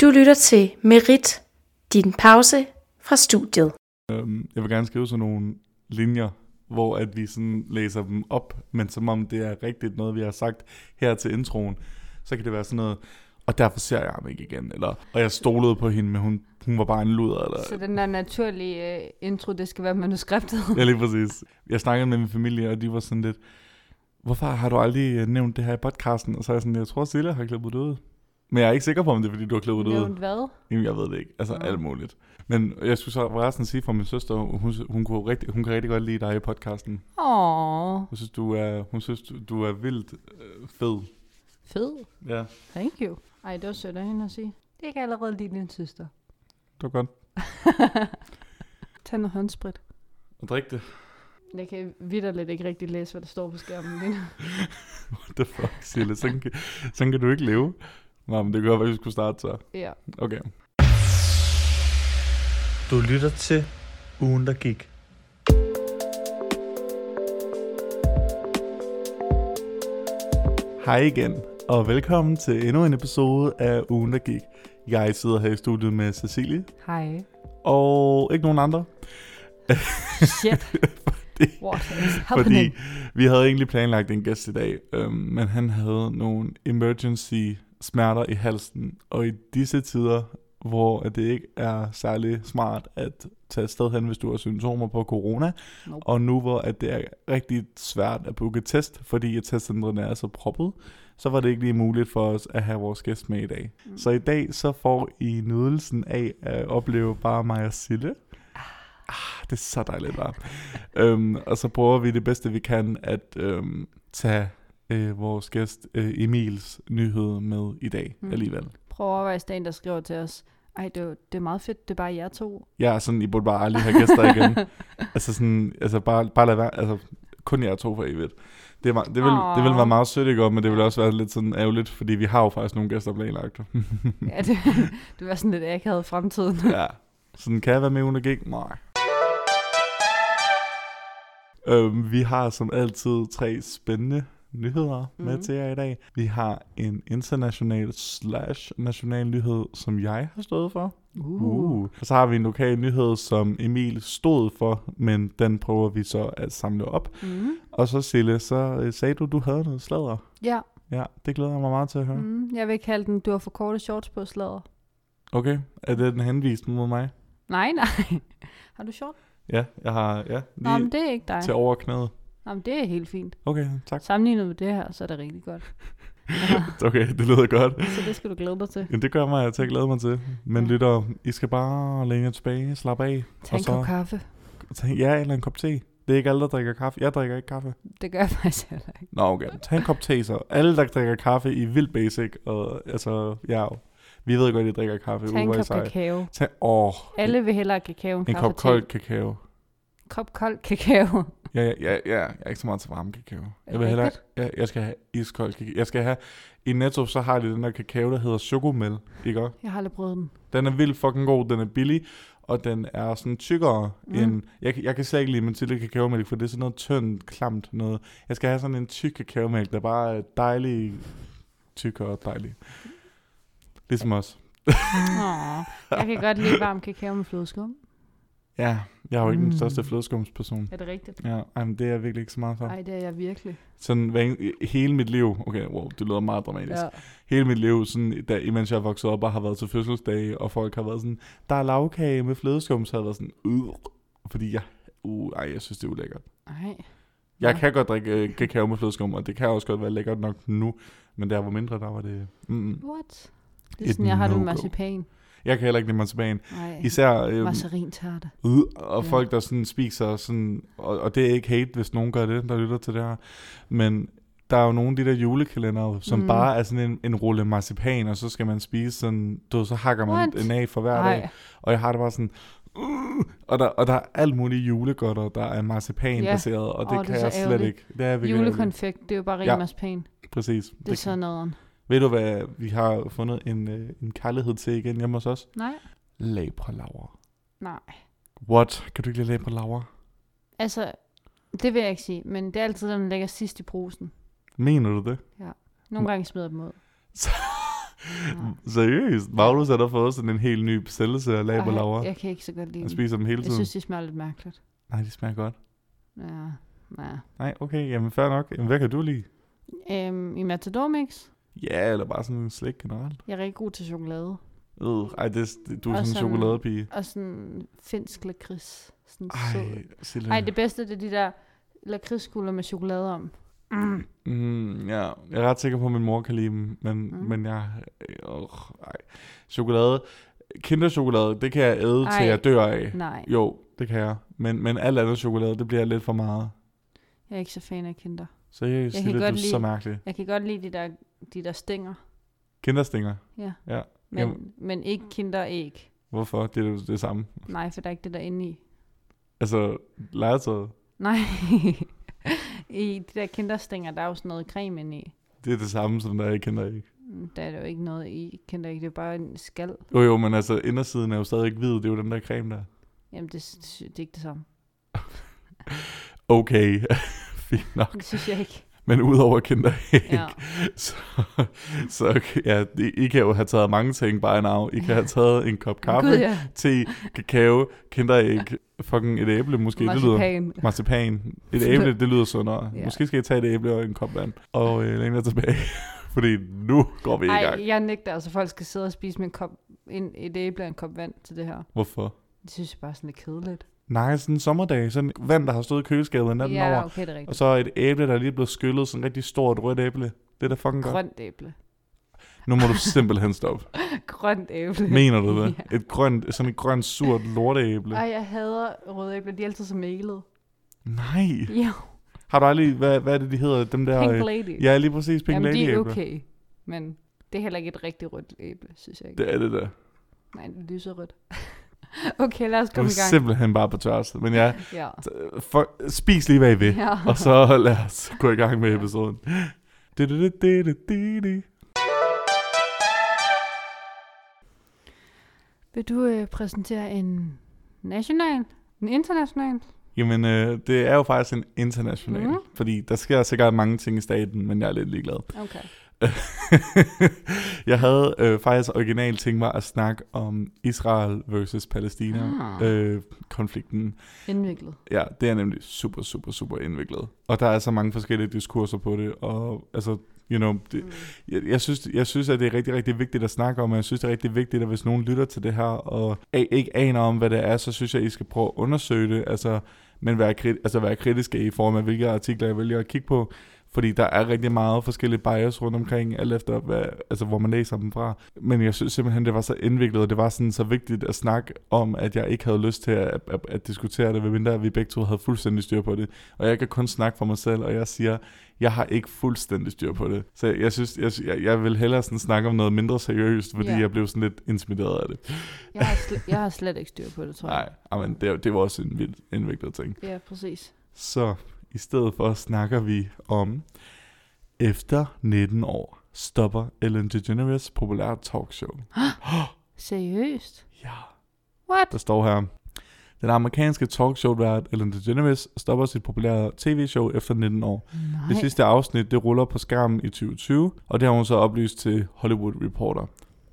Du lytter til Merit, din pause fra studiet. Øhm, jeg vil gerne skrive sådan nogle linjer, hvor at vi sådan læser dem op, men som om det er rigtigt noget, vi har sagt her til introen, så kan det være sådan noget, og derfor ser jeg ham ikke igen, eller, og jeg stolede på hende, men hun, hun var bare en luder, Så eller, den der naturlige øh, intro, det skal være manuskriptet. ja lige præcis. Jeg snakkede med min familie, og de var sådan lidt, hvorfor har du aldrig øh, nævnt det her i podcasten? Og så er jeg sådan, jeg tror Silla har klippet det ud. Men jeg er ikke sikker på, om det er, fordi du har klippet det ud. Nævnt hvad? Jamen, jeg ved det ikke. Altså, alt muligt. Men jeg skulle så resten sige fra min søster, hun, hun, kunne rigtig, hun kan rigtig godt lide dig i podcasten. Åh, Hun synes, du er, hun synes, du, du er vildt øh, fed. fed. Ja, Thank you. Ej, det var sødt af hende at sige. Det kan allerede lide din søster. det var godt. Tag noget håndsprit. Og drik det. Jeg kan vidderligt ikke rigtig læse, hvad der står på skærmen lige nu. What the fuck, Sille? Sådan, kan- sådan kan du ikke leve. Nej, men det gør, at vi skulle starte så. Ja. Okay. Du lytter til ugen, der gik. Hej igen, og velkommen til endnu en episode af Ugen, der gik. Jeg sidder her i studiet med Cecilie, Hej. og ikke nogen andre. Shit. Fordi- What is happening? Fordi vi havde egentlig planlagt en gæst i dag, øhm, men han havde nogle emergency smerter i halsen. Og i disse tider, hvor at det ikke er særlig smart at tage afsted hen, hvis du har symptomer på corona, Nope. og nu hvor at det er rigtig svært at booke test, fordi at testcentrene er så proppet, så var det ikke lige muligt for os at have vores gæst med i dag. Mm. Så i dag så får I nydelsen af at opleve bare mig og Sille. Ah, det er så dejligt bare. øhm, og så prøver vi det bedste vi kan at øhm, tage øh, vores gæst øh, Emils nyhed med i dag mm. Mm. alligevel. Prøv at overveje Sten, der skriver til os. Ej, det, var- det er meget fedt. Det er bare jer to. Jeg er sådan, I burde bare aldrig have gæster igen. altså sådan, altså bare, bare lad være, altså kun jer to for evigt. Det, er, meget- det, vil, det vil Åh. være meget sødt, ikke? Og- men det vil også være lidt sådan ærgerligt, fordi vi har jo faktisk nogle gæster planlagt. Ja, det, det var sådan lidt akavet fremtiden. ja. Sådan, kan jeg være med under gik? Nej. Øhm, vi har som altid tre spændende nyheder mm. med Mhm. til jer i dag. Vi har en international slash national nyhed, som jeg har stået for. Uh. Og så har vi en lokal nyhed, som Emil stod for, men den prøver vi så at samle op. Mm. Og så Sille, så øh, sagde du, du havde noget sladder. Ja. Ja, det glæder jeg mig meget til at høre. Mm. Mm. Jeg vil kalde den, du har for korte shorts på slader. Okay, er det den henvist mod mig? Nej, nej. Har du short? Ja, jeg har ja, Nå, lige men det er ikke dig. til overknæet. Nå, men det er helt fint. Okay, tak. Sammenlignet med det her, så er det rigtig godt. Okay, det lyder godt. Så det skal du glæde dig til. Men det gør mig til at glæde mig til. Men Ja. lytter, I skal bare læne jer tilbage, slappe af. Tag en så- kop kaffe. Tag, ja, eller en kop te. Det er ikke alle, der drikker kaffe. Jeg drikker ikke kaffe. Det gør jeg faktisk heller ikke. Nå, okay. Tag en kop te så. Alle, der drikker kaffe, I er vildt basic. Og altså, ja, vi ved godt, at I drikker kaffe. Tag en uha, I kop seje. kakao. Tag, åh, Alle vil hellere kakao end en kaffe kop kold kakao. Til. Kop kold kakao. Ja, ja, ja, ja, jeg er ikke så meget til varme kakao. Jeg vil det hellere, jeg, jeg skal have iskold kakao. Jeg skal have, i Netto, så har de den der kakao, der hedder chocomel, ikke også? Jeg har aldrig prøvet den. Den er vildt fucking god, den er billig, og den er sådan tykkere mm. Mm. end... Jeg, jeg kan slet ikke lide Mathilde kakaomælk, for det er sådan noget tyndt, klamt noget. Jeg skal have sådan en tyk kakaomælk, der bare er dejlig, tyk og dejlig. Ligesom os. Mm. Åh, jeg kan godt lide varm kakao med flødeskum. Ja, jeg er jo ikke mm. den Mm. største flødeskumsperson. Er det rigtigt? Ja, ej, men det er jeg virkelig ikke så meget for. Nej, det er jeg virkelig. Sådan hver en, hele mit liv, okay, wow, det lyder meget dramatisk. Ja. Hele mit liv, sådan, da, imens jeg er vokset op og har været til fødselsdage, og folk har været sådan, der er lavkage med flødeskum, så har jeg været sådan, øh, fordi jeg, uh, ej, jeg synes, det er ulækkert. Nej. Jeg Nå. kan godt drikke øh, kakao med flødeskum, og det kan også godt være lækkert nok nu, men der var mindre, der var det... Mm. What? Det er Et sådan, jeg har det med no-go. marcipan. Jeg kan heller ikke lide marcipan. Nej. Især... Øh, Marcerintarte. øh, og Ja. folk, der sådan spiser sådan... Og, og det er ikke hate, hvis nogen gør det, der lytter til det her. Men der er jo nogle af de der julekalender, som mm. Mm. bare er sådan en, en rulle marcipan, og så skal man spise sådan... Du, ved, så hakker man What? en af for hver dag. Nej. Og jeg har det bare sådan... Uh, og, der, og der er alt muligt julegodter, der er marcipanbaseret, yeah. og det Åh, oh, det kan er så jeg slet ærgerligt. ikke. Det er virkelig ærgerligt. Julekonfekt, det er jo bare rigtig Ja. marcipan. Præcis. Det er sådan noget. Ved du, hvad vi har fundet en, øh, en kærlighed til igen hjemme hos os? Nej. Labralaver. Nej. What? Kan du ikke lide labralaver? Altså, det vil jeg ikke sige, men det er altid, når man lægger sidst i posen. Mener du det? Nogle gange smider jeg dem ud. Seriøst, Magnus har der fået sådan en helt ny besættelse af lab og Ej, laver. Jeg kan ikke så godt lide Han dem. spiser dem hele Jeg tiden. synes, de smager lidt mærkeligt. Nej, de smager godt. Ja, ja. Nej, okay, jamen fair nok. Jamen, hvad kan du lide? Øhm, I Matador Mix, Ja, eller bare sådan en slik generelt. jeg er rigtig god til chokolade. Øh, ej, det, det, du er sådan Og en sådan- chokoladepige. Og sådan finsk lakrids. Sådan sød. Ej, Sille. Ej, det bedste, det er de der lakridskugler med chokolade om. Mm. Mm, ja, jeg er ret sikker på, at min mor kan lide dem, men, mm. Mm. men jeg... Øh, ej. Chokolade. Kinderchokolade, det kan jeg æde ej. til, Ej. jeg dør af. Nej, Jo, det kan jeg. Men, men alt andet chokolade, det bliver lidt for meget. jeg er ikke så fan af kinder. Så jeg, jeg kan Sille, du godt er så lide- mærkelig. Jeg kan godt lide de der, de der stænger, Kinderstænger. men, Jamen. men ikke kinderæg. Hvorfor? Det er jo det samme. Nej, for der er ikke det der inde i. Altså, legetøjet, Nej, i de der kinderstænger, der er jo sådan noget creme inde i. det er det samme, som der er i kinderæg. Mm, Der er der jo ikke noget i kinderæg, det er bare en skal. Jo jo, men altså, indersiden er jo stadig ikke hvid. Det er jo den der creme der. Jamen, det, sy- det er ikke det samme. Okay, fint nok. Det synes jeg ikke. Men udover kinderæg, Ja. Så, så okay, ja, I, I kan jo have taget mange ting by now. I kan have taget en kop kaffe, Gud, ja. te, kakao, kinderæg, fucking et æble måske. Det lyder Marcipan. marcipan. Et æble, det lyder sundere. Ja. Måske skal I tage et æble og en kop vand. Og øh, læn jer tilbage, fordi nu går vi i gang. Ej, jeg nægter altså, at folk skal sidde og spise med en kop, en, et æble og en kop vand til det her. Hvorfor? Det synes jeg bare er sådan lidt kedeligt. Nej, sådan en sommerdag. Sådan vand, der har stået i køleskabet natten ja, over. okay, det er rigtigt. Og så et æble, der er lige blevet skyllet. Sådan en rigtig stort rødt æble. Det er da fucking godt. Grønt æble. Nu må du simpelthen stoppe. Grønt æble. Mener du det? Ja. Et grønt, sådan et grønt, surt lorteæble. Ej, jeg hader røde æble. De er altid så mælet. Nej. Jo, Har du aldrig, hvad, hvad er det, de hedder? Dem der, pink øh, lady. Ja, lige præcis, Pink Jamen, Lady de er æbler. okay. Men det er heller ikke et rigtig rødt æble, synes jeg ikke. Det er det der. Nej, det lyser rødt. okay, lad os Du komme i er gang. simpelthen bare på tørs. Men ja, Ja. t- for, spis lige, hvad I vil. ja. Og så lad os gå i gang med episoden. Du-du-du-du-du-du. Vil du øh, præsentere en national, en international? Jamen, øh, det er jo faktisk en international. Mhm. Fordi der sker sikkert mange ting i staten, men jeg er lidt ligeglad. Okay. jeg havde øh, faktisk originalt tænkt mig at snakke om Israel versus øh, Ah. Palæstina-konflikten. Indviklet. Ja, det er nemlig super, super, super indviklet. Og der er så mange forskellige diskurser på det, og altså, you know, det, Mm. jeg, jeg, synes, jeg synes, at det er rigtig, rigtig vigtigt at snakke om, og jeg synes, det er rigtig vigtigt, at hvis nogen lytter til det her, og a- ikke aner om, hvad det er, så synes jeg, I skal prøve at undersøge det, altså, men være, krit, altså være kritiske i form af, hvilke artikler jeg vælger at kigge på, fordi der er rigtig meget forskellige bias rundt omkring, alt efter, hvad, altså, hvor man læser dem fra. Men jeg synes simpelthen, det var så indviklet, og det var sådan så vigtigt at snakke om, at jeg ikke havde lyst til at, at, at diskutere det, medmindre vi begge to havde fuldstændig styr på det. Og jeg kan kun snakke for mig selv, og jeg siger, jeg har ikke fuldstændig styr på det. Så jeg synes, jeg, jeg, jeg vil hellere sådan snakke om noget mindre seriøst, fordi Ja. jeg blev sådan lidt intimideret af det. Jeg, har sl- jeg har slet ikke styr på det, tror jeg. Nej, amen, det, er- det var også en vild indviklet ting. Ja, præcis. Så i stedet for snakker vi om, efter 19 år stopper Ellen DeGeneres populære talkshow. Seriøst? Ja. What? Der står her, den amerikanske talkshow-vært Ellen DeGeneres stopper sit populære tv-show efter 19 år. Nej. Det sidste afsnit, det ruller på skærmen i 2020, og det har hun så oplyst til Hollywood Reporter.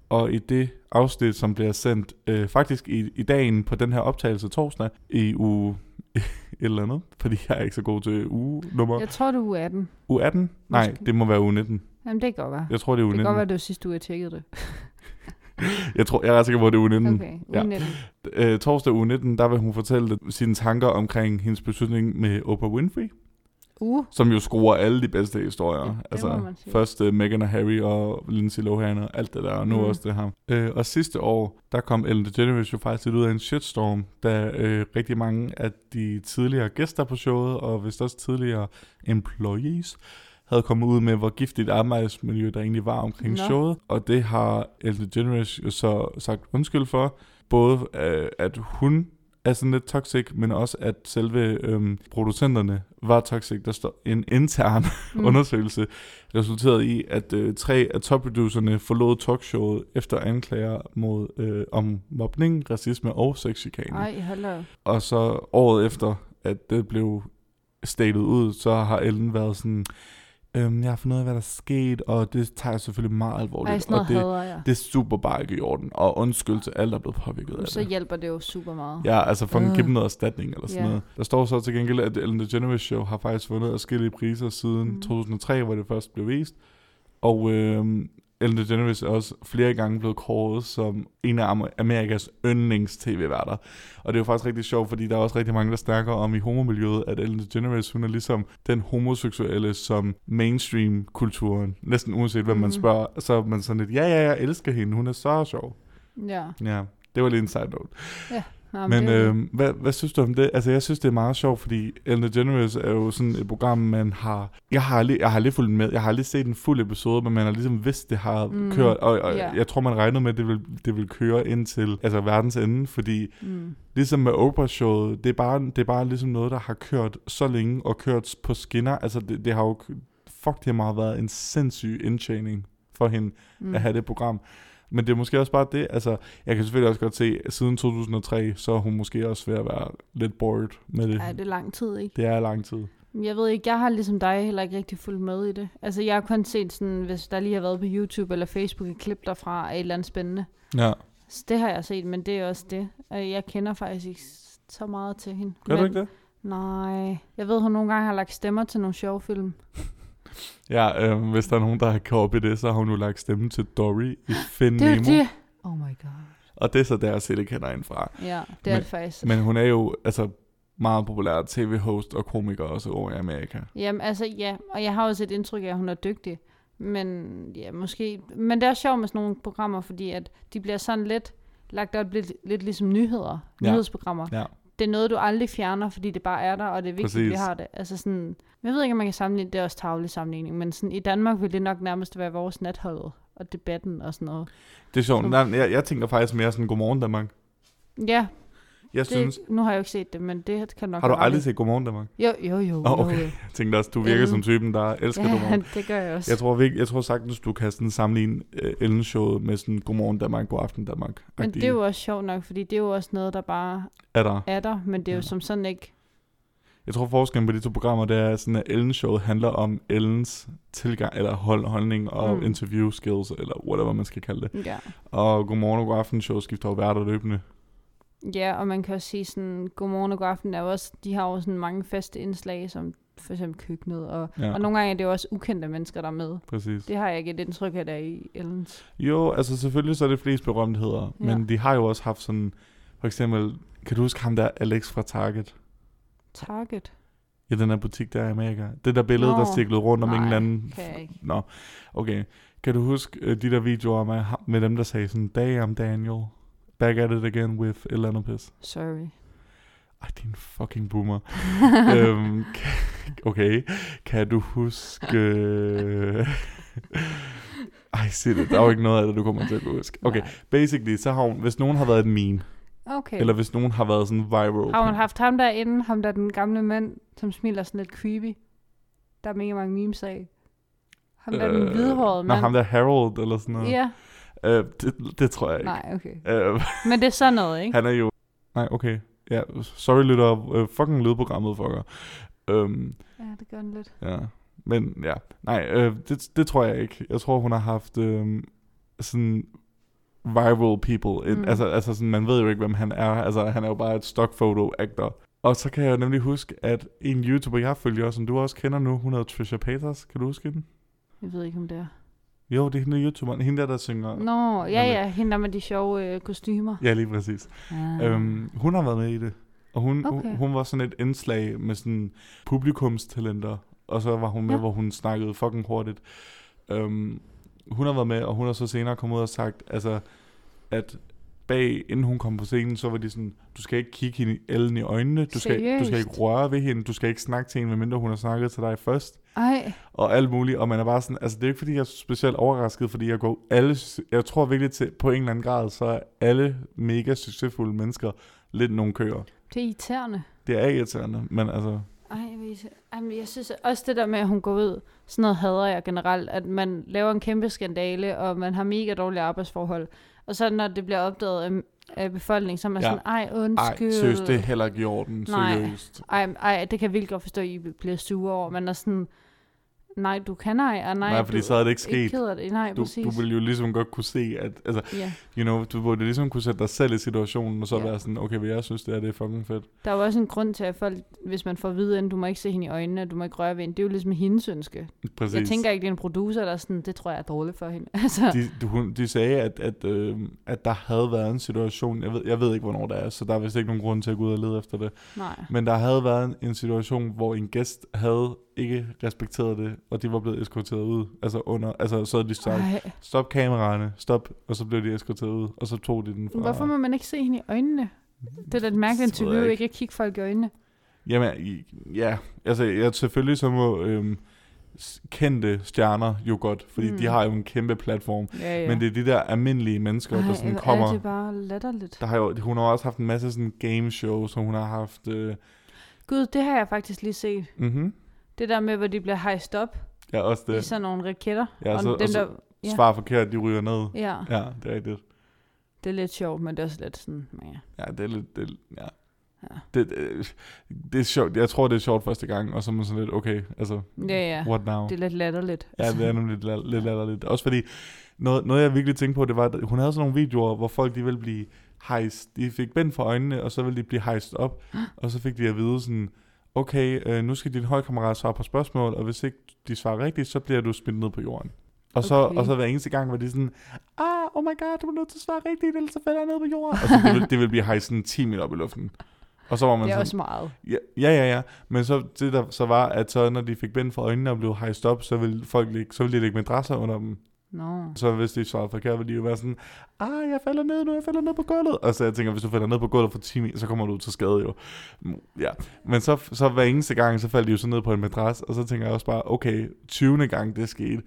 Og i det afsnit, som bliver sendt øh, faktisk i, i dagen på den her optagelse torsdag i uge et eller andet, fordi jeg er ikke så god til uge nummer. Jeg tror, du er 18. Uge 18? Nej, Måske. det må være uge 19. Jamen, det kan godt være. Jeg tror, det er uge Det kan 19. godt være, det var sidste uge, jeg tjekkede det. Jeg, tror, jeg er ret sikker på, at det er uge 19. Okay, Ja. uge 19. øh, torsdag uge 19, der vil hun fortælle lidt sine tanker omkring hendes beslutning med Oprah Winfrey, Uh, som jo skruer alle de bedste historier. Ja, det må altså, man sige. Mm. først uh, Meghan og Harry og Lindsay Lohan og alt det der, og nu Mm. også det her. Øh, og sidste år, der kom Ellen DeGeneres jo faktisk lidt ud af en shitstorm, da øh, rigtig mange af de tidligere gæster på showet, og vist også tidligere employees, havde kommet ud med, hvor giftigt arbejdsmiljø der egentlig var omkring Nå. showet. Og det har Ellen DeGeneres jo så sagt undskyld for. Både øh, at hun er sådan lidt toxic, men også at selve øhm, producenterne var toxic. Der står en intern mm. undersøgelse resulterede i, at øh, tre af topproducerne forlod talkshowet efter anklager mod øh, om mobning, racisme og sexchikane. Ej, hold da. op. Og så året efter, at det blev statet ud, så har Ellen været sådan, øhm, jeg har fundet ud af, hvad der er sket, og det tager jeg selvfølgelig meget alvorligt. Ej, sådan noget og det, hader jeg. det er super bare ikke i orden, og undskyld til alle, der er blevet påvirket af Det, Mm, så det. hjælper det jo super meget. Ja, altså for en Ah. give dem noget erstatning eller sådan Ja. noget. Der står så til gengæld, at Ellen DeGeneres Show har faktisk vundet forskellige priser siden Mm. mm. 2003, hvor det først blev vist. Og øh, Ellen DeGeneres er også flere gange blevet kåret som en af Amer- Amerikas yndlings-tv-værter. Og det er jo faktisk rigtig sjovt, fordi der er også rigtig mange, der snakker om i homomiljøet, at Ellen DeGeneres, hun er ligesom den homoseksuelle, som mainstream-kulturen, næsten uanset hvem Mm. man spørger, så er man sådan lidt, ja, ja, jeg elsker hende, hun er så sjov. ja. Ja, det var lige en side note. Nå, Men det er jo øh, hvad, hvad synes du om det? Altså, jeg synes, det er meget sjovt, fordi Ellen DeGeneres er jo sådan et program, man har... Jeg har aldrig, jeg har aldrig fulgt med. Jeg har aldrig set en fuld episode, men man har ligesom vidst, det har Mm, mm, kørt. Og, og ja. yeah. jeg tror, man regnede med, at det ville, det ville køre indtil altså, verdens ende, fordi det. Mm. ligesom med Oprah-showet, det er, bare, det er bare ligesom noget, der har kørt så længe og kørt på skinner. Altså, det, det har jo... Fuck, det har meget været en sindssyg indtjening for hende Mm. at have det program. Men det er måske også bare det, altså, jeg kan selvfølgelig også godt se, at siden 2003, så er hun måske også ved at være lidt bored med det. Ej, det er lang tid, ikke? Det er lang tid. Jeg ved ikke, jeg har ligesom dig heller ikke rigtig fulgt med i det. Altså, jeg har kun set sådan, hvis der lige har været på YouTube eller Facebook et klip derfra af et eller andet spændende. Ja. Så det har jeg set, men det er også det. Øh, Jeg kender faktisk ikke så meget til hende. Gør men, du ikke det? Nej. Jeg ved, hun nogle gange har lagt stemmer til nogle sjove film. Ja, øh, hvis der er nogen, der har gået op i det, så har hun jo lagt stemme til Dory i Finn Det er jo Nemo. det. Oh my god. Og det er så der, jeg det kender hende fra. Ja, det er Men- det faktisk. Men hun er jo altså meget populær tv-host og komiker også over i Amerika. Jamen, altså, ja. Og jeg har også et indtryk af, at hun er dygtig. Men ja, måske... Men det er også sjovt med sådan nogle programmer, fordi at de bliver sådan lidt lagt op lidt, lidt ligesom nyheder. Ja. Nyhedsprogrammer. Ja. det er noget, du aldrig fjerner, fordi det bare er der, og det er vigtigt, at vi Præcis. har det. Altså sådan, jeg ved ikke, om man kan sammenligne, det er også tavlig sammenligning, men sådan, i Danmark ville det nok nærmest være vores natholdet og debatten og sådan noget. Det er sjovt. Som- Nej, jeg, jeg tænker faktisk mere sådan, Godmorgen Danmark. Ja, Jeg det, synes, nu har jeg jo ikke set det, men det kan nok har du være aldrig lidt- set Godmorgen Danmark? Jo, jo, jo. Nå, jo, okay. jo. Jeg tænkte også, du virker Ellen. som typen, der elsker Godmorgen. Øhm, Ja, det gør jeg også. Jeg tror, virkelig, jeg tror sagtens, du kan sådan sammenligne øh, Ellen showet med sådan Godmorgen Danmark, God Aften Danmark. men det er jo også sjovt nok, fordi det er jo også noget, der bare er der. er der, men det er jo Ja. som sådan ikke... Jeg tror, forskellen på de to programmer, det er sådan, at Ellen showet handler om Ellens tilgang, eller hold, holdning og Mm. mm. interview skills, eller whatever man skal kalde det. Ja. Og Godmorgen og God Aften Show skifter jo værter løbende. ja, og man kan også sige sådan, godmorgen og god aften er jo også, de har jo sådan mange faste indslag, som for eksempel køkkenet, og, ja. Ja, og nogle gange er det jo også ukendte mennesker, der er med. præcis. Det har jeg ikke et indtryk af, der er i Ellens. Jo, altså selvfølgelig så er det flest berømtheder, Ja. ja. men de har jo også haft sådan, for eksempel, kan du huske ham der, Alex fra Target? Target? Ja, den her butik der i Amerika. Det der billede, Nå. Nå, der stiklede rundt om en Nej, eller anden Kan jeg ikke. Nå, okay. Kan du huske øh, de der videoer med, ham- med dem, der sagde sådan, Day I'm Daniel, back at it again with et eller andet pis. Sorry. Ej, din fucking boomer. øhm, kan, okay, kan du huske... Øh, ej, sig det, der er jo ikke noget af det, du kommer til at kunne huske. Okay, Nej. basically, så har hun, hvis nogen har været et meme, Okay. eller hvis nogen har været sådan viral. Har hun haft ham derinde, ham der den gamle mand, som smiler sådan lidt creepy? Der er mega mange memes af. Ham der øh, den hvidhårede Nej, mand. ham der Harold, eller sådan noget. Ja, Øh, det, det tror jeg ikke. nej, okay. Øh, Men det er sådan noget, ikke? Han er jo... Nej, okay. Ja, sorry lytter. Øh, fucking lydprogrammet, fucker. Øhm, Ja, det gør den lidt. ja. Men ja, nej, øh, det, det tror jeg ikke. Jeg tror, hun har haft øh, sådan viral people. Mm. Mm. Altså, altså sådan, man ved jo ikke, hvem han er. Altså, han er jo bare et stock photo actor. Og så kan jeg jo nemlig huske, at en YouTuber, jeg følger, som du også kender nu, hun hedder Trisha Paytas. Kan du huske hende? Jeg ved ikke, om det er. Jo, det er hende der YouTuberen. Hende der, der synger... Nå, ja, men- øh, ja, hende der med de sjove øh, kostymer. Ja, lige præcis. Ja. Øhm, hun har været med i det. Og hun, Ah. Okay. okay. hun var sådan et indslag med sådan publikumstalenter. Og så var hun med, Ja. ja. hvor hun snakkede fucking hurtigt. Øhm, hun har været med, og hun har så senere kommet ud og sagt, altså, at bag, inden hun kom på scenen, så var de sådan, du skal ikke kigge hende Ellen i øjnene, du skal, du skal ikke Seriøst? røre ved hende, du skal ikke snakke til hende, medmindre hun har snakket til dig først Ej, og alt muligt, og man er bare sådan, altså det er ikke fordi, jeg er specielt overrasket, fordi jeg går alle, jeg tror virkelig til, på en eller anden grad, så er alle mega succesfulde mennesker lidt nogle køer. det er irriterende. Det er irriterende, men altså, Ej, hvor irriterende. Jamen, jeg synes også det der med, at hun går ud, sådan noget hader jeg generelt, at man laver en kæmpe skandale, og man har mega dårlige arbejdsforhold. Og så når det bliver opdaget af, af befolkningen, så er man ja. Ja. sådan, ej, ej, undskyld. seriøst, det er heller ikke i orden, Nej. seriøst. ej, ej, det kan jeg virkelig godt forstå, at I bliver sure over. Man er sådan, nej, du kan ej, og nej, Nej, fordi du så er det ikke ikke sket. ked af det. Nej, Du, præcis. du ville jo ligesom godt kunne se, at altså, ja. you know, du burde ligesom kunne sætte dig selv i situationen, og så Ja. ja. være sådan, okay, hvad jeg synes, det er, det er fucking fedt. Der er jo også en grund til, at folk, hvis man får at vide, at du må ikke se hende i øjnene, og du må ikke røre ved hende, det er jo ligesom hendes ønske. Præcis. Jeg tænker ikke, det er en producer, der er sådan, det tror jeg er dårligt for hende. Altså, de, du- hun, de sagde, at, at, øh, at der havde været en situation, jeg ved, jeg ved ikke, hvornår det er, så der er vist ikke nogen grund til at gå ud og lede efter det, nej. men der havde været en, en situation, hvor en gæst havde ikke respekteret det, og de var blevet eskorteret ud, altså under, altså så havde de sagt, Ej, stop kameraerne, stop, og så blev de eskorteret ud, og så tog de den fra. hvorfor må man ikke se hende i øjnene? Det er da et mærkeligt Ah. Det ved jeg interview, ikke. ikke at kigge folk i øjnene. Jamen, i- ja, altså jeg, selvfølgelig så må øhm, s- kendte stjerner jo godt, fordi Mm. mm. de har jo en kæmpe platform, Ja, ja. ja. men det er de der almindelige mennesker, Ej, der sådan hvor kommer. Er det bare latterligt? Der har jo, hun har også haft en masse sådan game shows, og hun har haft... Øh, Gud, det har jeg faktisk lige set. mm-hmm. Det der med, hvor de bliver hejst op Ja, også det. i det. sådan nogle raketter. Ja, og så- dem, og så- der... ja. Ja. Svar forkert, de ryger ned. Ja, Ja, det er rigtigt. det er lidt sjovt, men det er også lidt sådan... Ja. Ja, det er lidt... Det, ja. Ja. Det, det, det er sjovt. Jeg tror, det er sjovt første gang, og så er man sådan lidt, okay, altså, Ja, ja. what now? Det er lidt latterligt. Altså, Ja, det er nemlig lidt, la- lidt latterligt. Også fordi, noget, noget jeg virkelig tænkte på, det var, at hun havde sådan nogle videoer, hvor folk de ville blive hejst. De fik bænd for øjnene, og så ville de blive hejst op. Og så fik de at vide sådan, okay, øh, nu skal din højkammerat svare på spørgsmål, og hvis ikke de svarer rigtigt, så bliver du smidt ned på jorden. Og så, Okay. og så hver eneste gang var de sådan, ah, oh my god, du er nødt til at svare rigtigt, ellers så falder jeg ned på jorden. Og så det ville, det ville blive hejst sådan 10 meter op i luften. Og så var man Det er sådan, også meget. Ja, ja, ja, ja. Men så det der så var, at så når de fik bind for øjnene og blev hejst op, så ville folk ligge, så ville de lægge madrasser under dem. Nå. Så hvis de svarede forkert, ville de jo være sådan, ah, jeg falder ned nu, jeg falder ned på gulvet. Og så jeg tænker, hvis du falder ned på gulvet for 10 meter, så kommer du til skade jo. Mm, Ja. Men så, så hver eneste gang, så faldt de jo så ned på en madras, og så tænker jeg også bare, okay, 20. gang det skete,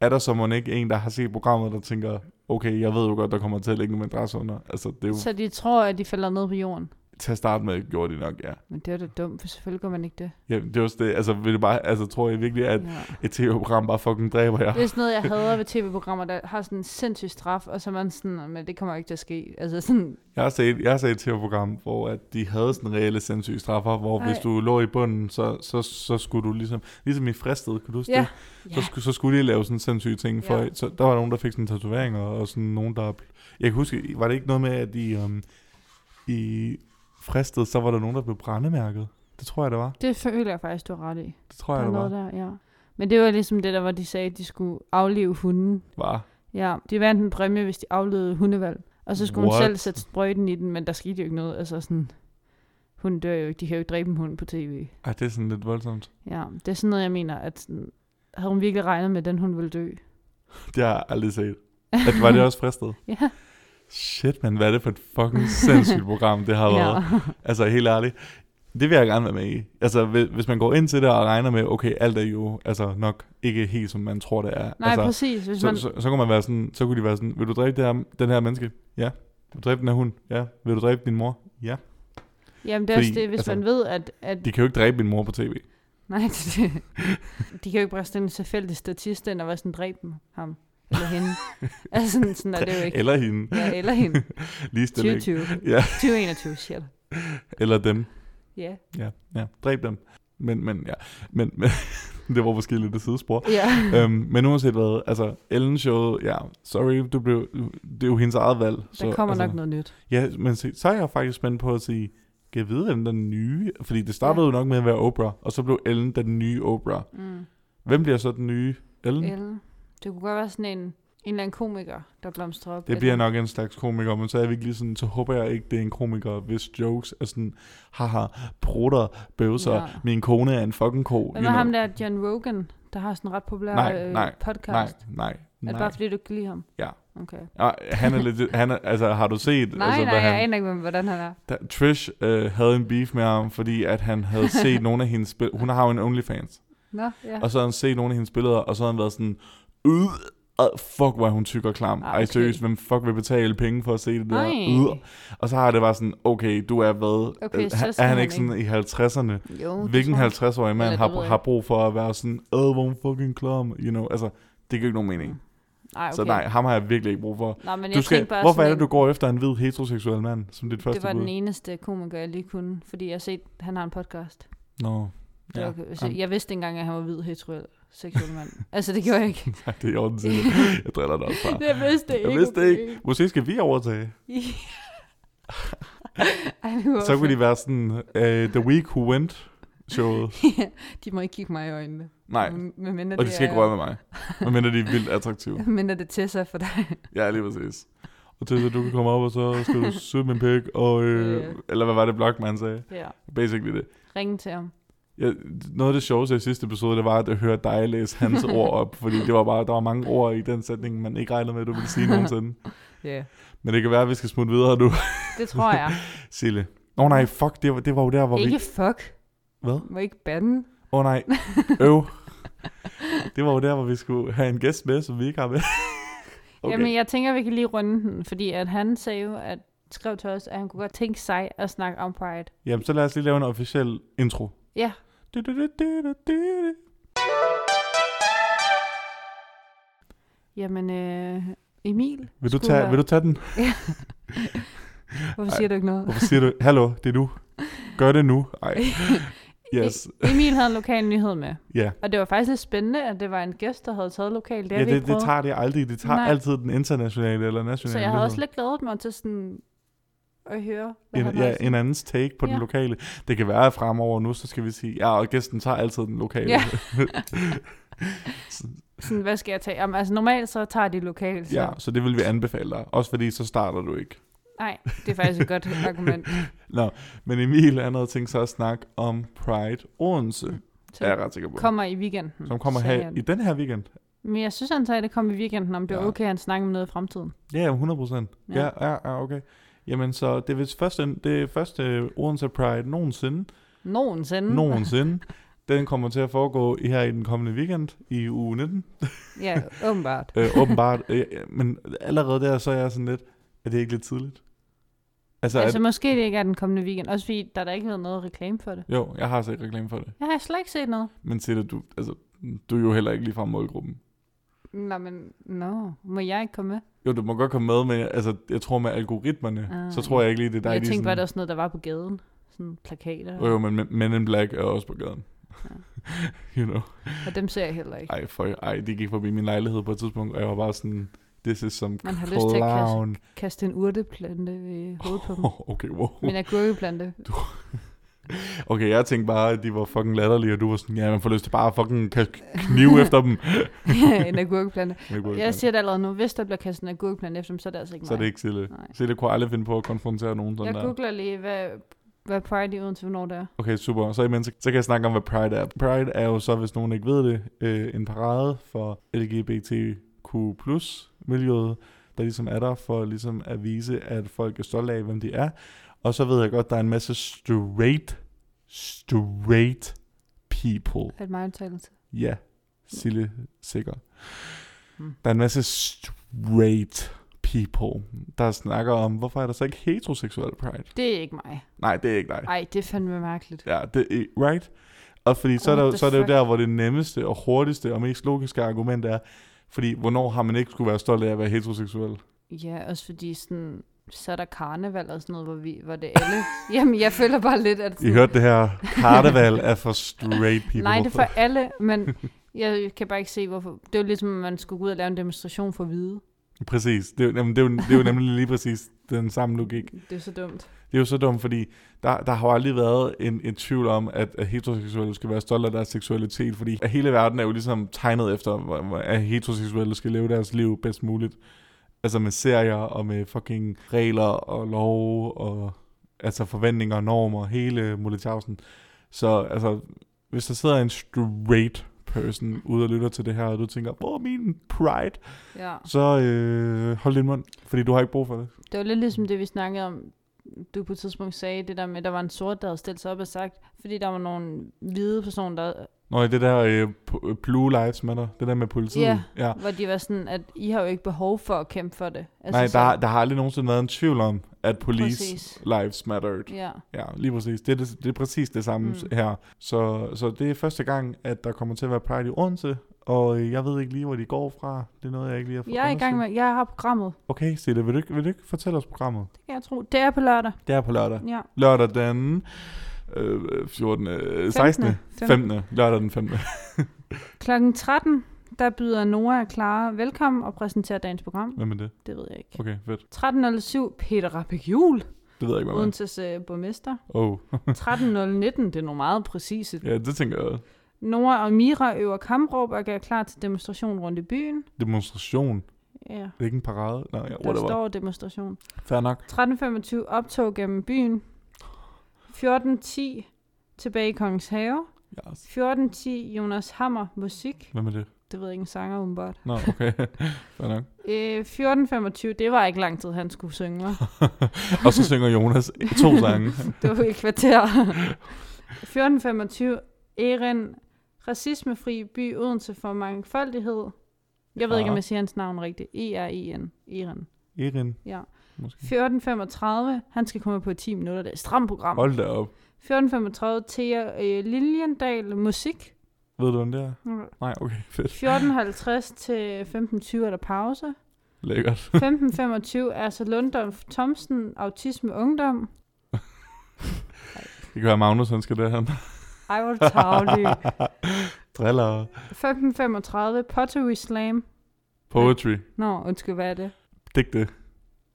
er der så mon ikke en, der har set programmet, der tænker, okay, jeg ved jo godt, der kommer til at ligge en madras under. Altså, det er jo, Så de tror, at de falder ned på jorden. til at starte med, gjorde de nok, ja. Men det er da dumt, for selvfølgelig gør man ikke det. ja det er også det, altså, vil du bare, altså, tror jeg virkelig, at Ja. et tv-program bare fucking dræber jer. Det er sådan noget, jeg hader ved tv-programmer, der har sådan en sindssyg straf, og så er man sådan, men det kommer ikke til at ske. Altså sådan, Jeg har set, jeg har set et tv-program, hvor at de havde sådan reelle sindssyge straffer, hvor Ej. Ej. hvis du lå i bunden, så, så, så skulle du ligesom, ligesom i fristet, kan du huske ja. det? Så, skulle, så skulle de lave sådan sindssyge ting, for Ja. så, der var nogen, der fik sådan en tatovering, og, og sådan nogen, der... Jeg kan huske, var det ikke noget med, at i, um, i fristet, så var der nogen, der blev brændemærket? Det tror jeg, det var. Det føler jeg faktisk, du har ret i. Det tror Der jeg, er det noget var. der, ja. Men det var ligesom det, der var, de sagde, at de skulle aflive hunden. var. Ja, de vandt en præmie, hvis de aflevede hundevalg. Og så skulle What? hun What? selv sætte sprøjten i den, men der skete jo ikke noget. Altså sådan, hun dør jo ikke. De kan jo ikke dræbe en hund på tv. Ej, det er sådan lidt voldsomt. Ja, det er sådan noget, jeg mener, at sådan, havde hun virkelig regnet med, at den hun ville dø? Det har jeg aldrig set. At, var det også fristet? Ja. Shit, man, hvad er det for et fucking sindssygt program, det har været. ja. Altså helt ærligt, det vil jeg gerne være med i. Altså hvis, hvis man går ind til det og regner med, okay, alt er jo altså, nok ikke helt, som man tror, det er. Nej, altså, altså, præcis. Hvis så, man, så, så, kunne man være sådan, så kunne de være sådan, vil du dræbe det her, den her menneske? Ja. Vil du dræbe den her hund? Ja. Vil du dræbe din mor? Ja. jamen, det er også fordi, det, hvis altså, altså, man ved, at... at De kan jo ikke dræbe min mor på tv. Nej, det, det, de kan jo ikke bare stille en tilfældig statist ind og være sådan, dræb dem, ham eller hende. altså sådan, sådan er det jo ikke. Eller hende. Ja, eller hende. Lige stille. ikke? 2020. Ja. 2021, shit. Eller dem. Ja. Ja. ja. Dræb dem. Men, men, ja. Men, men det var måske lidt et sidespor. Ja. øhm, men uanset hvad, altså Ellen showet, ja, sorry, du blev, det er jo hendes eget valg. Der kommer altså, nok noget nyt. Ja, men se, så er jeg faktisk spændt på at sige, kan jeg vide, hvem den nye... Fordi det startede jo nok med at være Oprah, og så blev Ellen den nye Oprah. Mm. Hvem bliver så den nye Ellen? Eller, det kunne godt være sådan en, en eller anden komiker, der blomstrer op. Det bliver nok en slags komiker, men så er vi ikke lige sådan, så håber jeg ikke, det er en komiker, hvis jokes er sådan, haha, brutter, bøvser, Ja. ja. min kone er en fucking ko. Hvad med ham der, John Rogan, der har sådan en ret populær Nej, øh, nej, Nej, podcast? nej, Er det nej. bare fordi, du ikke kan lide ham? Ja. Okay. Ah, han er lidt, han er, altså har du set, Nej, altså, altså, nej, hvad han, jeg aner ikke, hvem- hvordan han er. Da, Trish øh, havde en beef med ham, fordi at han havde set nogle af hendes spil. Hun har jo en OnlyFans. Nå, ja. Og så havde han set nogle af hendes billeder, og så havde han været sådan, øh, øh, fuck, hvor er hun tyk og klam. Ah, Ah, okay. okay. Ej, seriøst, hvem fuck vil betale penge for at se det der? Nej. Øh. Og så har det bare sådan, okay, du er hvad? Okay, Øh, så er, skal er han han ikke sådan i 50'erne? Jo, det Hvilken tror jeg. 50-årig mand Eller det har, ved jeg har ikke. brug for at være sådan, øh, hvor er hun fucking klam, you know? Altså, det giver ikke nogen mening. Nej, Ah, okay. Så nej, ham har jeg virkelig ikke brug for. Nå, men Du jeg skal, tænkte bare hvorfor sådan er det, en- du går efter en hvid heteroseksuel mand som dit første Det var bud? den eneste komiker, jeg lige kunne, fordi jeg har set, han har en podcast. Nå. Ja. Okay. Så jeg vidste ikke engang, at han var hvid heteroseksuel. seksuel mand. altså, det gjorde jeg ikke. Nej, det er i orden til det. Jeg driller dig også bare. Jeg vidste det ikke. Jeg vidste det ikke. Måske skal vi overtage. Ej, det var Så kunne de være sådan, uh, The Week Who Went showet. de... de må ikke kigge mig i øjnene. Nej, Men, men, og de skal ikke røre med mig. Men de er vildt attraktive. Men er det til sig for dig? Ja, lige præcis. Og til så du kan komme op, og så skal du søge min pæk, og... Øh, Ja. Eller hvad var det Blockman sagde? Ja. Basically det. Ringe til ham. Ja, noget af det sjoveste i sidste episode, det var, at jeg hørte dig læse hans ord op, fordi det var bare, der var mange ord i den sætning, man ikke regnede med, at du ville sige nogensinde. Ja. Yeah. Men det kan være, at vi skal smutte videre nu, Det tror jeg. Sille. Åh oh, nej, fuck, det var, det var jo der, hvor vi... ikke fuck. Hvad? Må ikke bande. Åh oh, nej, øv. Det var jo der, hvor vi skulle have en gæst med, som vi ikke har med. Okay. Jamen, jeg tænker, vi kan lige runde den, fordi at han sagde jo, at skrev til os, at han kunne godt tænke sig at snakke om Pride. Jamen, så lad os lige lave en officiel intro. Ja. Du-du-du-du-du-du. Jamen, øh, Emil, Vil du, skulle tage, være- vil du tage den? hvorfor siger du ikke noget? Hvorfor siger du, hallo, det er nu. Gør det nu. Ej. Yes. Emil havde en lokal nyhed med, Ja. og det var faktisk lidt spændende, at det var en gæst, der havde taget lokal. Det, har Ja, vi det, ikke det prøvet. tager det aldrig. Det tager Nej. altid den internationale eller nationale. Så jeg havde nyhed. også lidt glædet mig til sådan at høre, hvad han en, havde ja, en andens take på ja. Ja. den lokale. Det kan være at fremover nu, så skal vi sige, ja, og gæsten tager altid den lokale. Ja. Sådan, hvad skal jeg tage? Jamen, altså normalt så tager de lokalt. Så. ja, så det vil vi anbefale dig. Også fordi, så starter du ikke. Nej, det er faktisk et godt argument. Nå, men Emil, han havde tænkt sig at snakke om Pride Odense, Så er jeg ret sikker på. kommer i weekenden. som kommer Mm. sagde her han. i den her weekend. Men jeg synes, han sagde, at det kom i weekenden, om det var Ja. okay, at han snakkede om noget i fremtiden. Ja, ja, 100 procent. Ja. Ja. Ja, ja, ja, okay. Jamen, så det er vist første, det er første Odense Pride nogensinde, Nogensinde. mm. nogensinde. Den kommer til at foregå i her i den kommende weekend i uge 19. Ja, åbenbart. Øh, åbenbart. øh, men allerede der, så er jeg sådan lidt, er det ikke lidt tidligt? Altså, altså altså måske det ikke er den kommende weekend, også fordi der er da ikke været noget reklame for det. at, jo, jeg har set reklame for det. Jeg har slet ikke set noget. Men Silla, du, altså, du er jo heller ikke lige fra målgruppen. Nå, men no. må jeg ikke komme med? Jo, du må godt komme med, men jeg- altså, jeg tror med algoritmerne, ah, Ah, så tror jeg ikke lige, det er dig. jeg de tænkte bare, sådan, at der var sådan noget, der var på gaden. Sådan plakater. Jo, jo, men Men- Men in Black er også på gaden. Ah. you know. Og dem ser jeg heller ikke. Ej, for, ej, de gik forbi min lejlighed på et tidspunkt, og jeg var bare sådan, this is some Man har lyst til at kaste, clown. kaste en urteplante ved hovedet på dem. okay, wow. Min agurkeplante. Okay, jeg tænkte bare, at de var fucking latterlige, og du var sådan, ja, man får lyst til bare at fucking kaste knive efter dem. en agurkeplante. Det kunne Jeg ikke. siger det allerede nu. Hvis der bliver kastet en agurkeplante efter dem, så er det altså ikke så er mig. det ikke Sille. Nej. Sille kunne aldrig finde på at konfrontere nogen sådan Jeg der. googler lige, hvad, hvad Pride i Odense, hvornår det er. Okay, super. Så imens, så kan jeg snakke om, hvad Pride er. Pride er jo så, hvis nogen ikke ved det, øh, en parade for LGBTQ miljøet, der ligesom er der for ligesom at vise, at folk er stolte af, hvem de er. Og så ved jeg godt, der er en masse straight, straight people. Er det mig, der taler til? Ja, Sille sikker. Mm. Der er en masse straight people, der snakker om, hvorfor er der så ikke heteroseksuel pride? Det er ikke mig. Nej, det er ikke dig. Ej, det er fandme mærkeligt. Ja, det er, right? Og fordi så er, What der, jo- the så er det jo fuck? der, hvor det nemmeste og hurtigste og mest logiske argument er, fordi hvornår har man ikke skulle være stolt af at være heteroseksuel? Ja, også fordi sådan, så er der karneval og sådan noget, hvor, vi, hvor det er alle... Jamen, jeg føler bare lidt, at... I Sådan, hørte det her, karneval er for straight people. nej, det er for alle, men jeg kan bare ikke se, hvorfor... Det er jo ligesom, at man skulle gå ud og lave en demonstration for hvide. Præcis, det er, jo- jamen, det, er jo, det er jo nemlig lige præcis den samme logik. Det er så dumt. Det er jo så dumt, fordi der, der har jo aldrig været en, en tvivl om, at, at heteroseksuelle skal være stolte af deres seksualitet, fordi hele verden er jo ligesom tegnet efter, hvor- hvor- at heteroseksuelle skal leve deres liv bedst muligt. Altså med serier og med fucking regler og lov og altså forventninger og normer, hele muletjavsen. Så altså, hvis der sidder en straight person ude og lytter til det her, og du tænker, hvor er min pride? Ja. Så øh, hold din mund, fordi du har ikke brug for det. Det var lidt ligesom det, vi snakkede om, du på et tidspunkt sagde, det der med, at der var en sort, der havde stillet sig op og sagt, fordi der var nogle hvide personer, der, Nå, ja, det der øh, pu- øh, Blue Lives Matter, det der med politiet. Ja. ja. hvor de var sådan, at I har jo ikke behov for at kæmpe for det. Altså, Nej, så- der, der har aldrig nogensinde været en tvivl om, at police præcis. Præcis. lives mattered. Ja. Ja, lige præcis. Det er, det, det er præcis det samme mm. Mm. her. Så, så det er første gang, at der kommer til at være Pride i Odense, og øh, jeg ved ikke lige, hvor de går fra. Det er noget, jeg ikke lige har fået Jeg er i gang undersøgt. med, jeg har programmet. Okay, Sille, vil du, ikke- vil du ikke fortælle os programmet? Det kan jeg tro. Det er på lørdag. Det er på lørdag. Ja. Lørdag den øh, 14. Øh, 16. 15. 15. Lørdag den 15. Klokken 13, der byder Nora og Clara velkommen og præsenterer dagens program. Hvem er det? Det ved jeg ikke. Okay, fedt. 13.07, Peter Rappik Juhl, Det ved jeg ikke, hvad man er. Odenses øh, borgmester. Oh. 13.019, det er nogle meget præcise. ja, det tænker jeg også. Nora og Mira øver kampråb og gør klar til demonstration rundt i byen. Demonstration. Ja, Det er ikke en parade. Nej, jeg der det var. står demonstration. Fair nok. 13.25 optog gennem byen. 14.10 tilbage i Kongens Have. Yes. 14.10 Jonas Hammer musik. Hvem er det? Det ved jeg ikke en sanger umiddelbart. Nå, okay. Fair nok. Øh, 14.25, det var ikke lang tid, han skulle synge. hva'? Og så synger Jonas to sange. Det var et kvarter. 14.25 Eren, racismefri by Odense for mangfoldighed. Jeg ved ikke, om Ah. jeg siger hans navn rigtigt. E E-R-E-N. Eren. Erin, Ja. måske. 14.35, han skal komme på 10 minutter. Det er et stramt program. Hold da op. 14.35 Thea øh, Liljendal musik. Ved du, hvem det er? Nej, okay, fedt. 14.50 til 15.20 er der pause. Lækkert. 15.25 er så Lundum Thomsen, Autisme Ungdom. Det kan være, Magnus, han skal derhen. Ej, hvor tavlig. Driller. 15.35 Pottery Slam. Poetry. Nå, undskyld, hvad er det? Digte.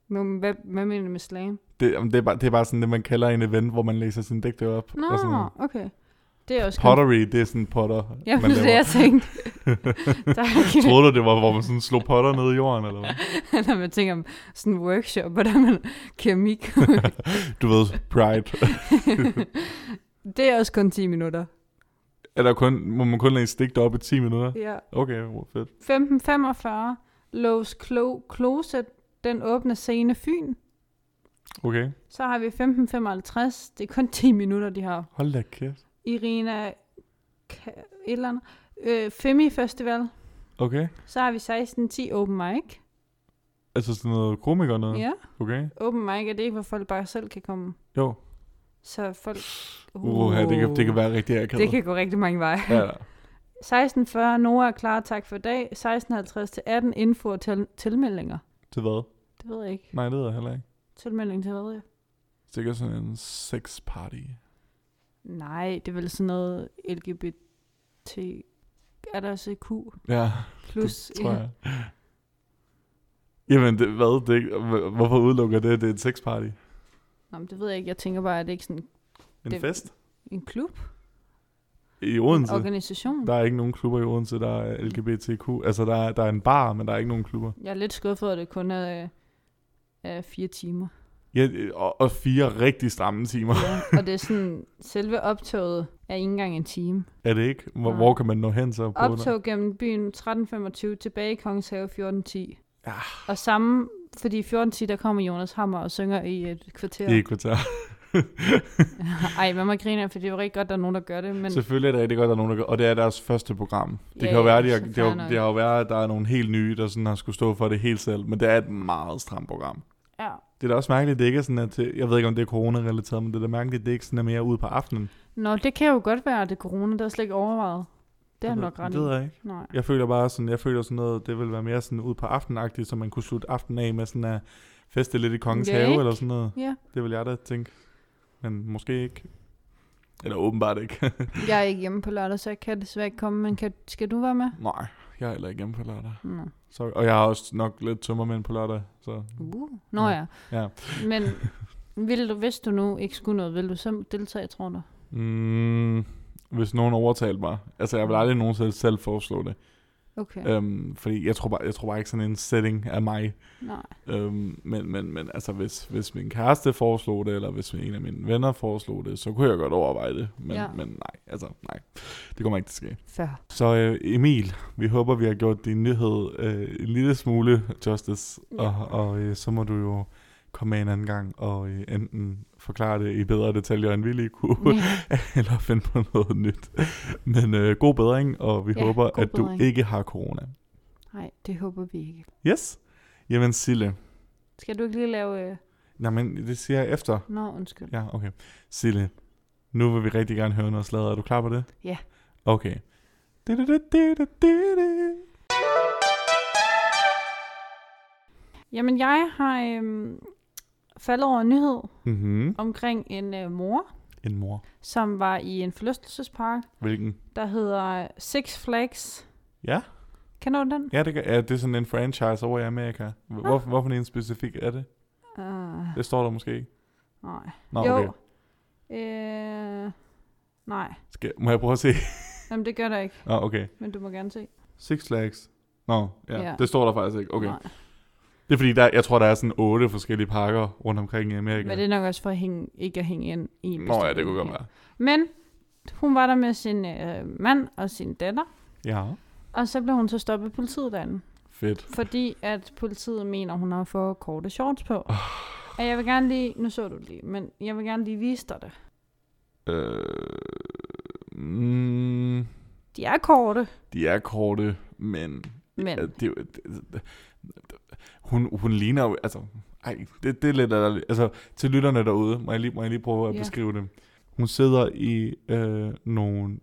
Nå, men Hvad, hvad mener du med slam? Det, jamen, det, er bare, det er bare sådan det, man kalder en event, hvor man læser sine digte op. Nå, og sådan, okay. Det er også pottery, det er sådan potter, Jamen, man det er jeg tænkte. Der er Troede du, det var, hvor man sådan slog potter ned i jorden, eller hvad? ikke, når man tænker om sådan en workshop, hvordan man keramik. Du ved, pride. det er også kun 10 minutter. Er der kun, må man kun læse digte op i 10 minutter? Ja. Okay, hvor fedt. 1545, Loves Klo Closet, den åbne scene Fyn. Okay, Så har vi 1555, det er kun 10 minutter, de har. hold da kæft. Irina Ka- et eller andet. Øh, Femi Festival. Okay, Så har vi 1610 Open Mic. altså sådan noget komiker noget? Ja, Okay, Open Mic er det ikke, hvor folk bare selv kan komme. jo. Så folk... Uh, det, kan, det kan være rigtig akavet. Det kan gå rigtig mange veje. Ja, ja. 1640, Nora er klar, tak for i dag. 1650 til 18, info og til- tilmeldinger. Til hvad? Det ved jeg ikke. Nej, det ved jeg heller ikke. Tilmelding til hvad? Sikkert sådan en sex party. Nej, det er vel sådan noget LGBT... Er der også Q? Ja, Plus, tror jeg. Jamen, det, hvad? Det, hv- hvorfor udelukker det, at det er en sex party? Nå, men det ved jeg ikke. Jeg tænker bare, at det ikke sådan En Det- fest? en klub, I en Odense? organisation. Der er ikke nogen klubber i Odense, der er LGBTQ. Altså, der er, der er en bar, men der er ikke nogen klubber. Jeg er lidt skuffet, at det kun er, øh, er fire timer. Ja, og, og fire rigtig stramme timer. Ja. Og det er sådan, selve optoget er ikke engang en time. Er det ikke? Hvor, Nej. hvor kan man nå hen så? På det? Optog gennem byen 13.25, tilbage i Kongens Have 14.10. Ja. Og samme, fordi i 14.10, der kommer Jonas Hammer og synger i et kvarter. I et kvarter. Ej, man må grine, af, for det er jo rigtig godt, der er nogen, der gør det. Men Selvfølgelig er det rigtig godt, at der er nogen, der gør, og det er deres første program. Det Ja, kan jo være, ja, at de har, så det, fair har, nok. det har jo været, at der er nogle helt nye, der sådan har skulle stå for det helt selv, men det er et meget stramt program. ja. Det er da også mærkeligt, at det ikke er sådan, at det, jeg ved ikke, om det er corona-relateret, men det er da mærkeligt, at det ikke sådan er mere ude på aftenen. Nå, det kan jo godt være, at det er corona, der er slet ikke overvejet. Det er ved- nok ret Det i. ved jeg ikke. Nej. Jeg føler bare sådan, jeg føler sådan noget, det ville være mere sådan ude på aftenagtigt, så man kunne slutte aftenen af med sådan at feste lidt i kongens Ja, have ikke? eller sådan noget. Ja. Det vil jeg da tænke. Men måske ikke. Eller åbenbart ikke. Jeg er ikke hjemme på lørdag, så jeg kan desværre ikke komme, men kan, skal du være med? Nej, jeg er heller ikke hjemme på lørdag. Nå. Så, og jeg har også nok lidt tømmermænd på lørdag, så Uh. Nå ja. Ja. Men ville du, hvis du nu ikke skulle noget, ville du så deltage, tror du? Mm, hvis nogen overtalte mig. Altså, jeg vil aldrig nogensinde selv foreslå det. Okay. Ja. Øhm, fordi jeg tror, bare, jeg tror bare ikke sådan en setting af mig. Nej. Øhm, men, men, men altså, hvis, hvis min kæreste foreslog det, eller hvis en af mine venner foreslog det, så kunne jeg godt overveje det. Men, Ja. ja. men nej, altså nej. Det kommer ikke til at ske. Fair. Så øh, Emil, vi håber, vi har gjort din nyhed øh, en lille smule justice. Ja. Ja. Og, og øh, så må du jo komme med en anden gang og øh, enten forklare det i bedre detaljer, end vi lige kunne. eller finde på noget nyt. Men øh, god bedring, og vi Ja, ja, håber, god at du bedring. ikke har corona. Nej, det håber vi ikke. Yes? Jamen Sille. Skal du ikke lige lave... Øh... Jamen, det siger jeg efter. Nå, undskyld. Ja, okay. Sille, nu vil vi rigtig gerne høre noget sladder. Er du klar på det? Ja. Okay. Du-du-du-du-du-du. Jamen, jeg har øh, faldet over en nyhed Mhm. omkring en øh, mor, en mor. som var i en forlystelsespark, Hvilken? der hedder øh, Six Flags. Ja, Kender du den? ja, det, gør, ja, det er sådan en franchise over i Amerika. Hvor, hvorfor en specifik er det? Uh, Det står der måske ikke. nej. Nå, jo. okay. Øh, nej, Skal, må jeg prøve at se? Jamen, det gør der ikke, Nå, okay. men du må gerne se. Six Flags. Nå, ja. Ja. Det står der faktisk ikke. Okay. Nej. Det er fordi, der, jeg tror, der er sådan otte forskellige pakker rundt omkring i Amerika. Men det er nok også for at hænge, ikke at hænge ind i en Nå ja, bestemt det kunne godt her. være. Men hun var der med sin øh, mand og sin datter, Ja. og så blev hun så stoppet af politiet derinde. Fedt. Fordi at politiet mener, hun har for korte shorts på. Og jeg vil gerne lige, nu så du det lige, men jeg vil gerne lige vise dig det. Øh, mm, De er korte, de er korte, men... men Ja, det, er jo- det, det, det, hun, hun ligner jo... Altså, ej, det, det er lidt ærgerligt. Altså, til lytterne derude, må jeg lige, må jeg lige prøve at Ja. beskrive det. Hun sidder i øh, nogle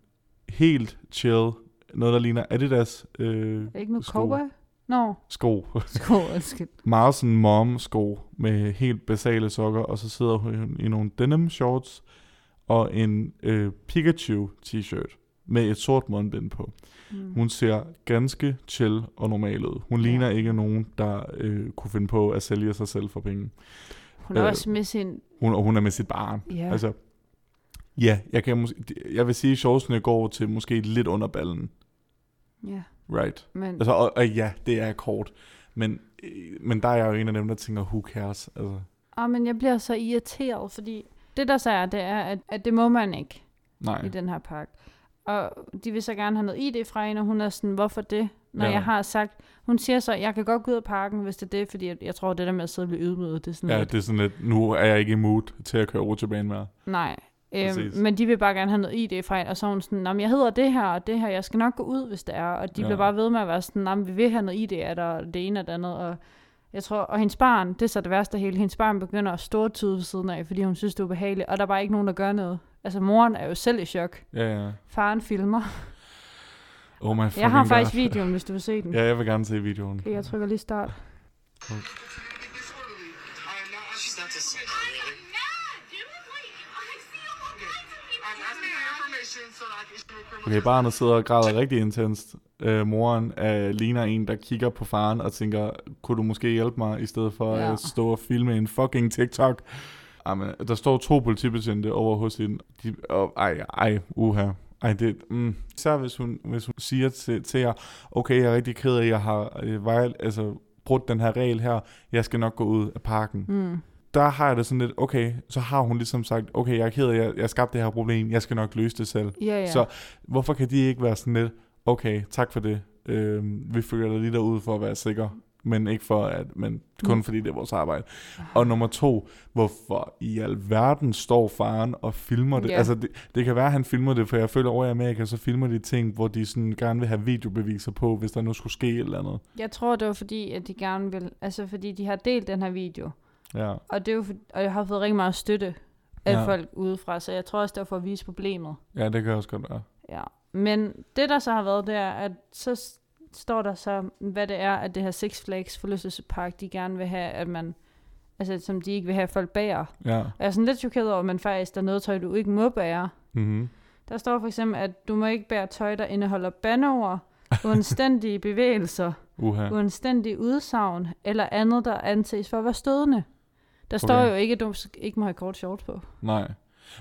helt chill... Noget, der ligner Adidas øh, er det ikke noget sko. cowboy? Nå, sko. sko, undskyld. meget sådan mom-sko med helt basale sokker, og så sidder hun i nogle denim shorts og en øh, Pikachu t-shirt med et sort mundbind på. Mm. Hun ser ganske chill og normal ud. Hun Ja. ligner ikke nogen, der øh, kunne finde på at sælge sig selv for penge. Hun er øh, også med sin, Hun, og hun er med sit barn. ja, Ja. altså, Altså, ja, jeg, kan mås- jeg vil sige, at shortsene går til måske lidt under ballen. ja, Right. men Altså, og, og ja, det er kort. Men, øh, men der er jeg jo en af dem, der tænker, who cares? Altså, Åh, men jeg bliver så irriteret, fordi det der så er, det er, at, at det må man ikke nej. i den her pakke. Og de vil så gerne have noget ID fra hende, og hun er sådan, hvorfor det? Når Ja. ja. jeg har sagt, hun siger så, jeg kan godt gå ud af parken, hvis det er det, fordi jeg, jeg tror, det der med at sidde og blive ydmyget, det er sådan Ja, lidt, det er sådan lidt, nu er jeg ikke i mood til at køre rutsjebane mere. nej. Øhm, Præcis. men de vil bare gerne have noget ID fra hende, og så er hun sådan, "Nå, men jeg hedder det her og det her, jeg skal nok gå ud, hvis det er. Og Ja. de ja. bliver bare ved med at være sådan, "Nå, men vi vil have noget ID af dig, og det ene og det andet. Og jeg tror, og hendes barn, det er så det værste af hele, hendes barn begynder at stortyde ved siden af, fordi hun synes, det er ubehageligt, og der er bare ikke nogen, der gør noget. Altså, moren er jo selv i chok. Ja, ja. Faren filmer. Oh my Jeg har fucking faktisk God. videoen, hvis du vil se den. Ja, jeg vil gerne se videoen. Okay, jeg trykker lige start. She's not disorderly, really. I'm asking for information so that I can issue a criminal Okay, barnet sidder og græder rigtig intenst. Øh, moren øh, ligner en, der kigger på faren og tænker, kunne du måske hjælpe mig, i stedet for ja. Ja. at stå og filme en fucking TikTok? Ej, men øh, der står to politibetjente over hos hende. De, og, ej, ej, uha. Ej, det, mm. Især hvis hun, hvis hun siger til, til jer, okay, jeg er rigtig ked af, at jeg har øh, vejl, altså, brudt den her regel her, jeg skal nok gå ud af parken. Mm. der har jeg det sådan lidt, okay, så har hun ligesom sagt, okay, jeg er ked af, jeg, jeg skabte det her problem, jeg skal nok løse det selv. Ja, ja. Så hvorfor kan de ikke være sådan lidt, okay, tak for det, øh, vi følger dig lige derud for at være sikker, men ikke for at, men kun Mm. fordi det er vores arbejde. Og nummer to, hvorfor i alverden står faren og filmer det? Ja. Altså, det, det kan være, at han filmer det, for jeg føler over i Amerika, så filmer de ting, hvor de sådan gerne vil have videobeviser på, hvis der nu skulle ske et eller andet. Jeg tror, det var fordi, at de gerne vil, altså fordi de har delt den her video, Ja, og, det er jo for, og jeg har fået rigtig meget støtte af Ja. ja. folk udefra, så jeg tror også, det var for at vise problemet. ja det kan også godt være. Ja. Men det, der så har været, det er, at så s- står der så, hvad det er, at det her Six Flags forlystelsespark, de gerne vil have, at man, altså som de ikke vil have, at folk bærer. Ja. Og jeg er sådan lidt chokeret over, at man faktisk, der er noget tøj, du ikke må bære. Mm-hmm. Der står for eksempel, at du må ikke bære tøj, der indeholder bandover, uanstændige bevægelser, Uha. uanstændige udsagn eller andet, der anses for at være stødende. Der står Okay. jo ikke, at du sk- ikke må have kort shorts på. Nej.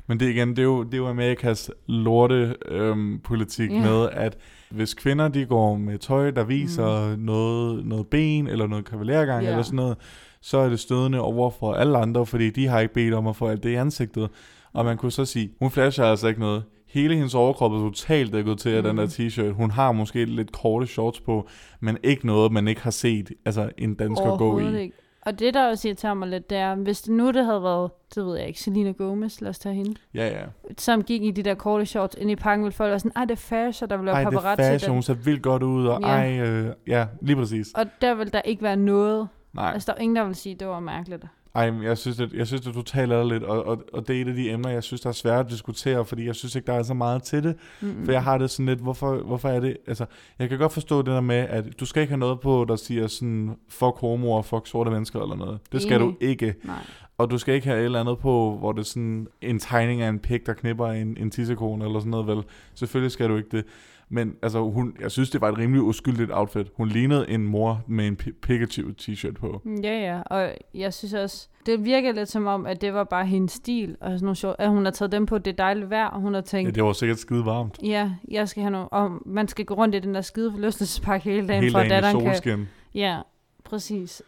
Men det er igen, det er jo, det er jo Amerikas lorte øhm, politik Ja. yeah. med, at hvis kvinder de går med tøj, der viser mm. noget, noget ben eller noget kavalergang yeah. Ja. eller sådan noget, så er det stødende over for alle andre, fordi de har ikke bedt om at få alt det i ansigtet. Og man kunne så sige, hun flasher altså ikke noget. Hele hendes overkrop er totalt dækket til af den der Mm. t-shirt. Hun har måske lidt korte shorts på, men ikke noget, man ikke har set altså en dansker gå i. Overhovedet ikke. Og det, der også irriterer mig lidt, det er, hvis det nu det havde været, det ved jeg ikke, Selena Gomez, lad os tage hende, Ja, ja. som gik i de der korte shorts ind i parken, ville folk være sådan, ej, det er fashion, der vil være Ej, det er paparazzi. fashion, hun der. ser vildt godt ud, og Ja. ej, øh, ja, lige præcis. Og der vil der ikke være noget. Nej. Altså, der er ingen, der vil sige, at det var mærkeligt. Ej, men jeg synes, det, jeg synes, det er totalt ærgerligt, og, og, og det er et af de emner, jeg synes, der er svært at diskutere, fordi jeg synes ikke, der er så meget til det. Mm. For jeg har det sådan lidt, hvorfor, hvorfor er det, altså, jeg kan godt forstå det der med, at du skal ikke have noget på, der siger sådan, fuck homoer, fuck sorte mennesker eller noget. Det skal Enig. du ikke. Nej. Og du skal ikke have et eller andet på, hvor det er sådan en tegning af en pik, der knipper en, en tissekone eller sådan noget, vel? Selvfølgelig skal du ikke det. Men altså, hun, jeg synes, det var et rimelig uskyldigt outfit. Hun lignede en mor med en Pi- Pikachu-t-shirt på. Mm, Ja, ja, og jeg synes også, det virker lidt som om, at det var bare hendes stil, og sådan nogle sjov, at hun har taget dem på, det er dejligt vejr, og hun har tænkt, Ja, ja, det var sikkert skide varmt. ja jeg skal have nogle, og man skal gå rundt i den der skide forlystelsespark hele dagen, Hele for at dagen i datteren kan... solskin. Ja, præcis.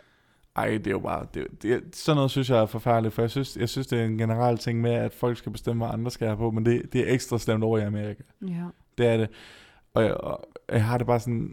Ej, det er jo bare... Det, det, sådan noget synes jeg er forfærdeligt, for jeg synes, jeg synes, det er en generel ting med, at folk skal bestemme, hvad andre skal have på, men det, det er ekstra slemt over i Amerika. Ja. Det er det. Og jeg, og jeg har det bare sådan...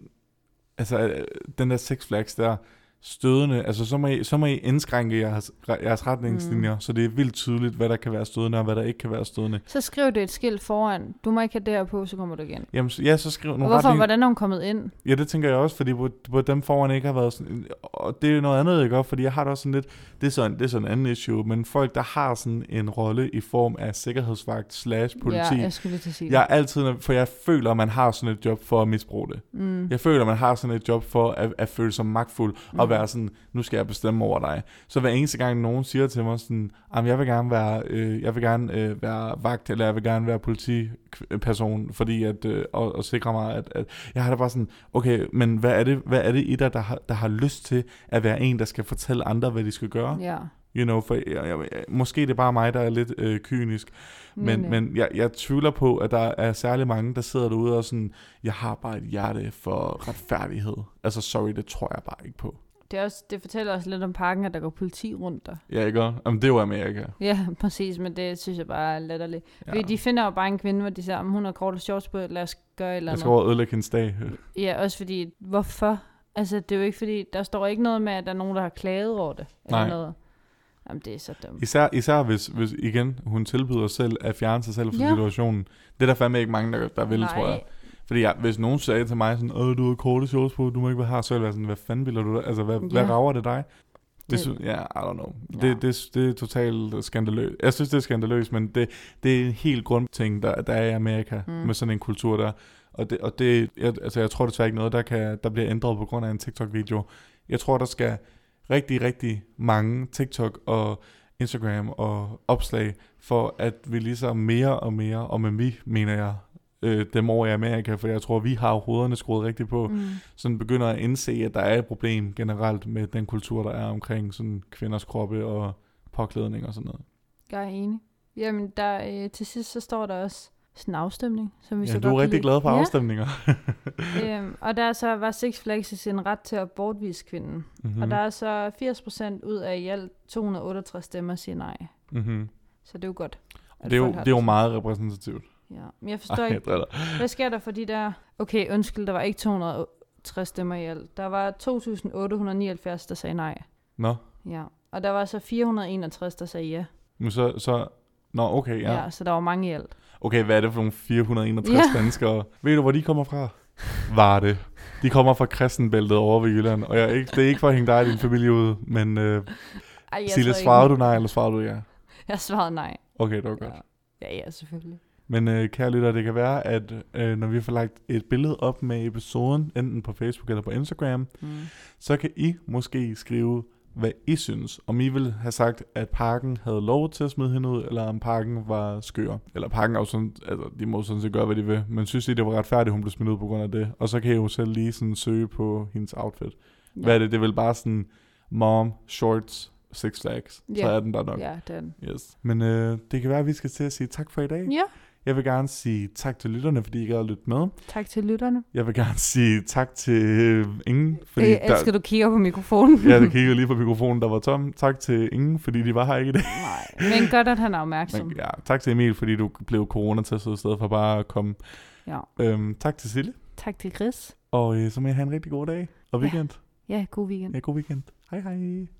Altså, øh, den der Six Flags der, stødende, altså så må I, så må I indskrænke jeres, jeres retningslinjer, mm. så det er vildt tydeligt, hvad der kan være stødende, og hvad der ikke kan være stødende. Så skriv det et skilt foran, du må ikke have det her på, så kommer du igen. Jamen, så- ja, så skriv Og nogle hvorfor, retning- hvordan er hun kommet ind? Ja, det tænker jeg også, fordi hvor, hvor dem foran ikke har været sådan... Og det er jo noget andet, jeg gør, fordi jeg har det også sådan lidt... Det er sådan, det er sådan en anden issue, men folk, der har sådan en rolle i form af sikkerhedsvagt slash politi... Ja, Ja, jeg skulle lige til at sige det. jeg er altid, for jeg føler, at man har sådan et job for at misbruge det. Mm. Jeg føler, at man har sådan et job for at, at føle sig magtfuld mm. og være sådan, nu skal jeg bestemme over dig. Så hver eneste gang nogen siger til mig sådan, "Jamen, jeg vil gerne være, øh, jeg vil gerne øh, være vagt, eller jeg vil gerne være politiperson, fordi at, øh, og, og sikre mig, at, at jeg har da bare sådan, okay, men hvad er det, hvad er det i dig, der har, der har lyst til at være en, der skal fortælle andre, hvad de skal gøre? Ja. You know, for jeg, jeg, jeg, måske det er bare mig, der er lidt øh, kynisk, men, øh, Nej, nej. men jeg, jeg tvivler på, at der er særlig mange, der sidder derude og sådan, jeg har bare et hjerte for retfærdighed. Altså, sorry, det tror jeg bare ikke på. Det, er også, det fortæller også lidt om parken, at der går politi rundt der. Ja, ikke? også? Jamen, det er jo Amerika. Ja, præcis, men det synes jeg bare er latterligt. Ja. Ja. De finder jo bare en kvinde, hvor de siger, "Om hun har korte shorts på, lad os gøre et eller Jeg andet. skal over og ødelægge hendes dag. Ja, også fordi, hvorfor? Altså, det er jo ikke fordi, der står ikke noget med, at der er nogen, der har klaget over det. Eller Nej. noget. Jamen, det er så dumt. Især, især hvis, hvis, igen, hun tilbyder selv at fjerne sig selv fra ja. Ja. situationen. Det er der fandme ikke mange, der, der vil, Nej. tror jeg. Fordi jeg, hvis nogen sagde til mig sådan, Åh, du har korte shorts på, du må ikke være her, så ville jeg være sådan, hvad fanden vil du da? Altså, hvad, ja. hvad Ja. rager det dig? Det, Det- sy- ja, I don't know. Ja. Det, det, det er totalt skandaløst. Jeg synes, det er skandaløst, men det, det er en helt grundting, der, der er i Amerika mm. Mm. med sådan en kultur der. Og det, og det jeg, altså, jeg tror desværre ikke noget, der, kan, der bliver ændret på grund af en TikTok-video. Jeg tror, der skal rigtig, rigtig mange TikTok og Instagram og opslag, for at vi ligesom mere og mere, og med vi mener jeg, øh, dem over i Amerika, for jeg tror, vi har hovederne skruet rigtigt på, Mm. sådan begynder at indse, at der er et problem generelt med den kultur, der er omkring sådan kvinders kroppe og påklædning og sådan noget. Jeg er enig. Jamen, der, øh, til sidst så står der også sådan en afstemning, som vi Ja, så du er godt rigtig kan lide. glad for afstemninger. Ja, øhm, og der så var Six Flags i sin ret til at bortvise kvinden. Mm. Mm-hmm. Og der er så 80% ud af i alt 268 stemmer siger nej. mm-hmm. Så det er jo godt. at det, er jo, folk har det er jo sådan. meget repræsentativt. Ja. Men jeg forstår Ej, ikke, jeg driller. Hvad sker der for de der... Okay, undskyld, der var ikke 260 stemmer i alt. Der var 2.879, der sagde nej. Nå, Ja. Og der var så 461, der sagde ja. men så, så Nå, okay, ja. ja så der var mange i alt. Okay, hvad er det for nogle 461 ja. Ja. danskere? Ved du, hvor de kommer fra? Var det. De kommer fra kristenbæltet over ved Jylland, og jeg er ikke, det er ikke for at hænge dig og din familie ud, men øh, Ej, jeg Sille, tror svarede ikke. du nej, eller svarede du ja? Jeg svarede nej. Okay, det var godt. Ja. ja, ja, selvfølgelig. Men øh, kære lytter, det kan være, at øh, når vi får lagt et billede op med episoden, enten på Facebook eller på Instagram, mm. så kan I måske skrive, hvad I synes. Om I ville have sagt, at parken havde lov til at smide hende ud, eller om parken var skør. Eller parken er jo sådan, altså de må sådan set gøre, hvad de vil. Men synes I, det var retfærdigt, hun blev smidt ud på grund af det? Og så kan I jo selv lige sådan søge på hendes outfit. Ja. Hvad er det? Det er vel bare sådan, mom, shorts, six flags. Ja. Så Ja. er den der nok. Ja. Ja, den. Yes. Men øh, det kan være, at vi skal til at sige tak for i dag. Ja, Jeg vil gerne sige tak til lytterne, fordi I gad at lytte med. tak til lytterne. Jeg vil gerne sige tak til øh, ingen, fordi Fordi øh, der, elsker, du kigger på mikrofonen. ja, der kiggede lige på mikrofonen, der var tom. Tak til ingen, fordi de var her ikke i dag. Nej, men godt, at han er opmærksom. Men, ja, tak til Emil, fordi du blev coronatestet i stedet for bare at komme. Ja. Øhm, tak til Sille, Tak til Chris. og øh, så må I have en rigtig god dag og Ja. weekend. Ja, god weekend. Ja, god weekend. Hej hej.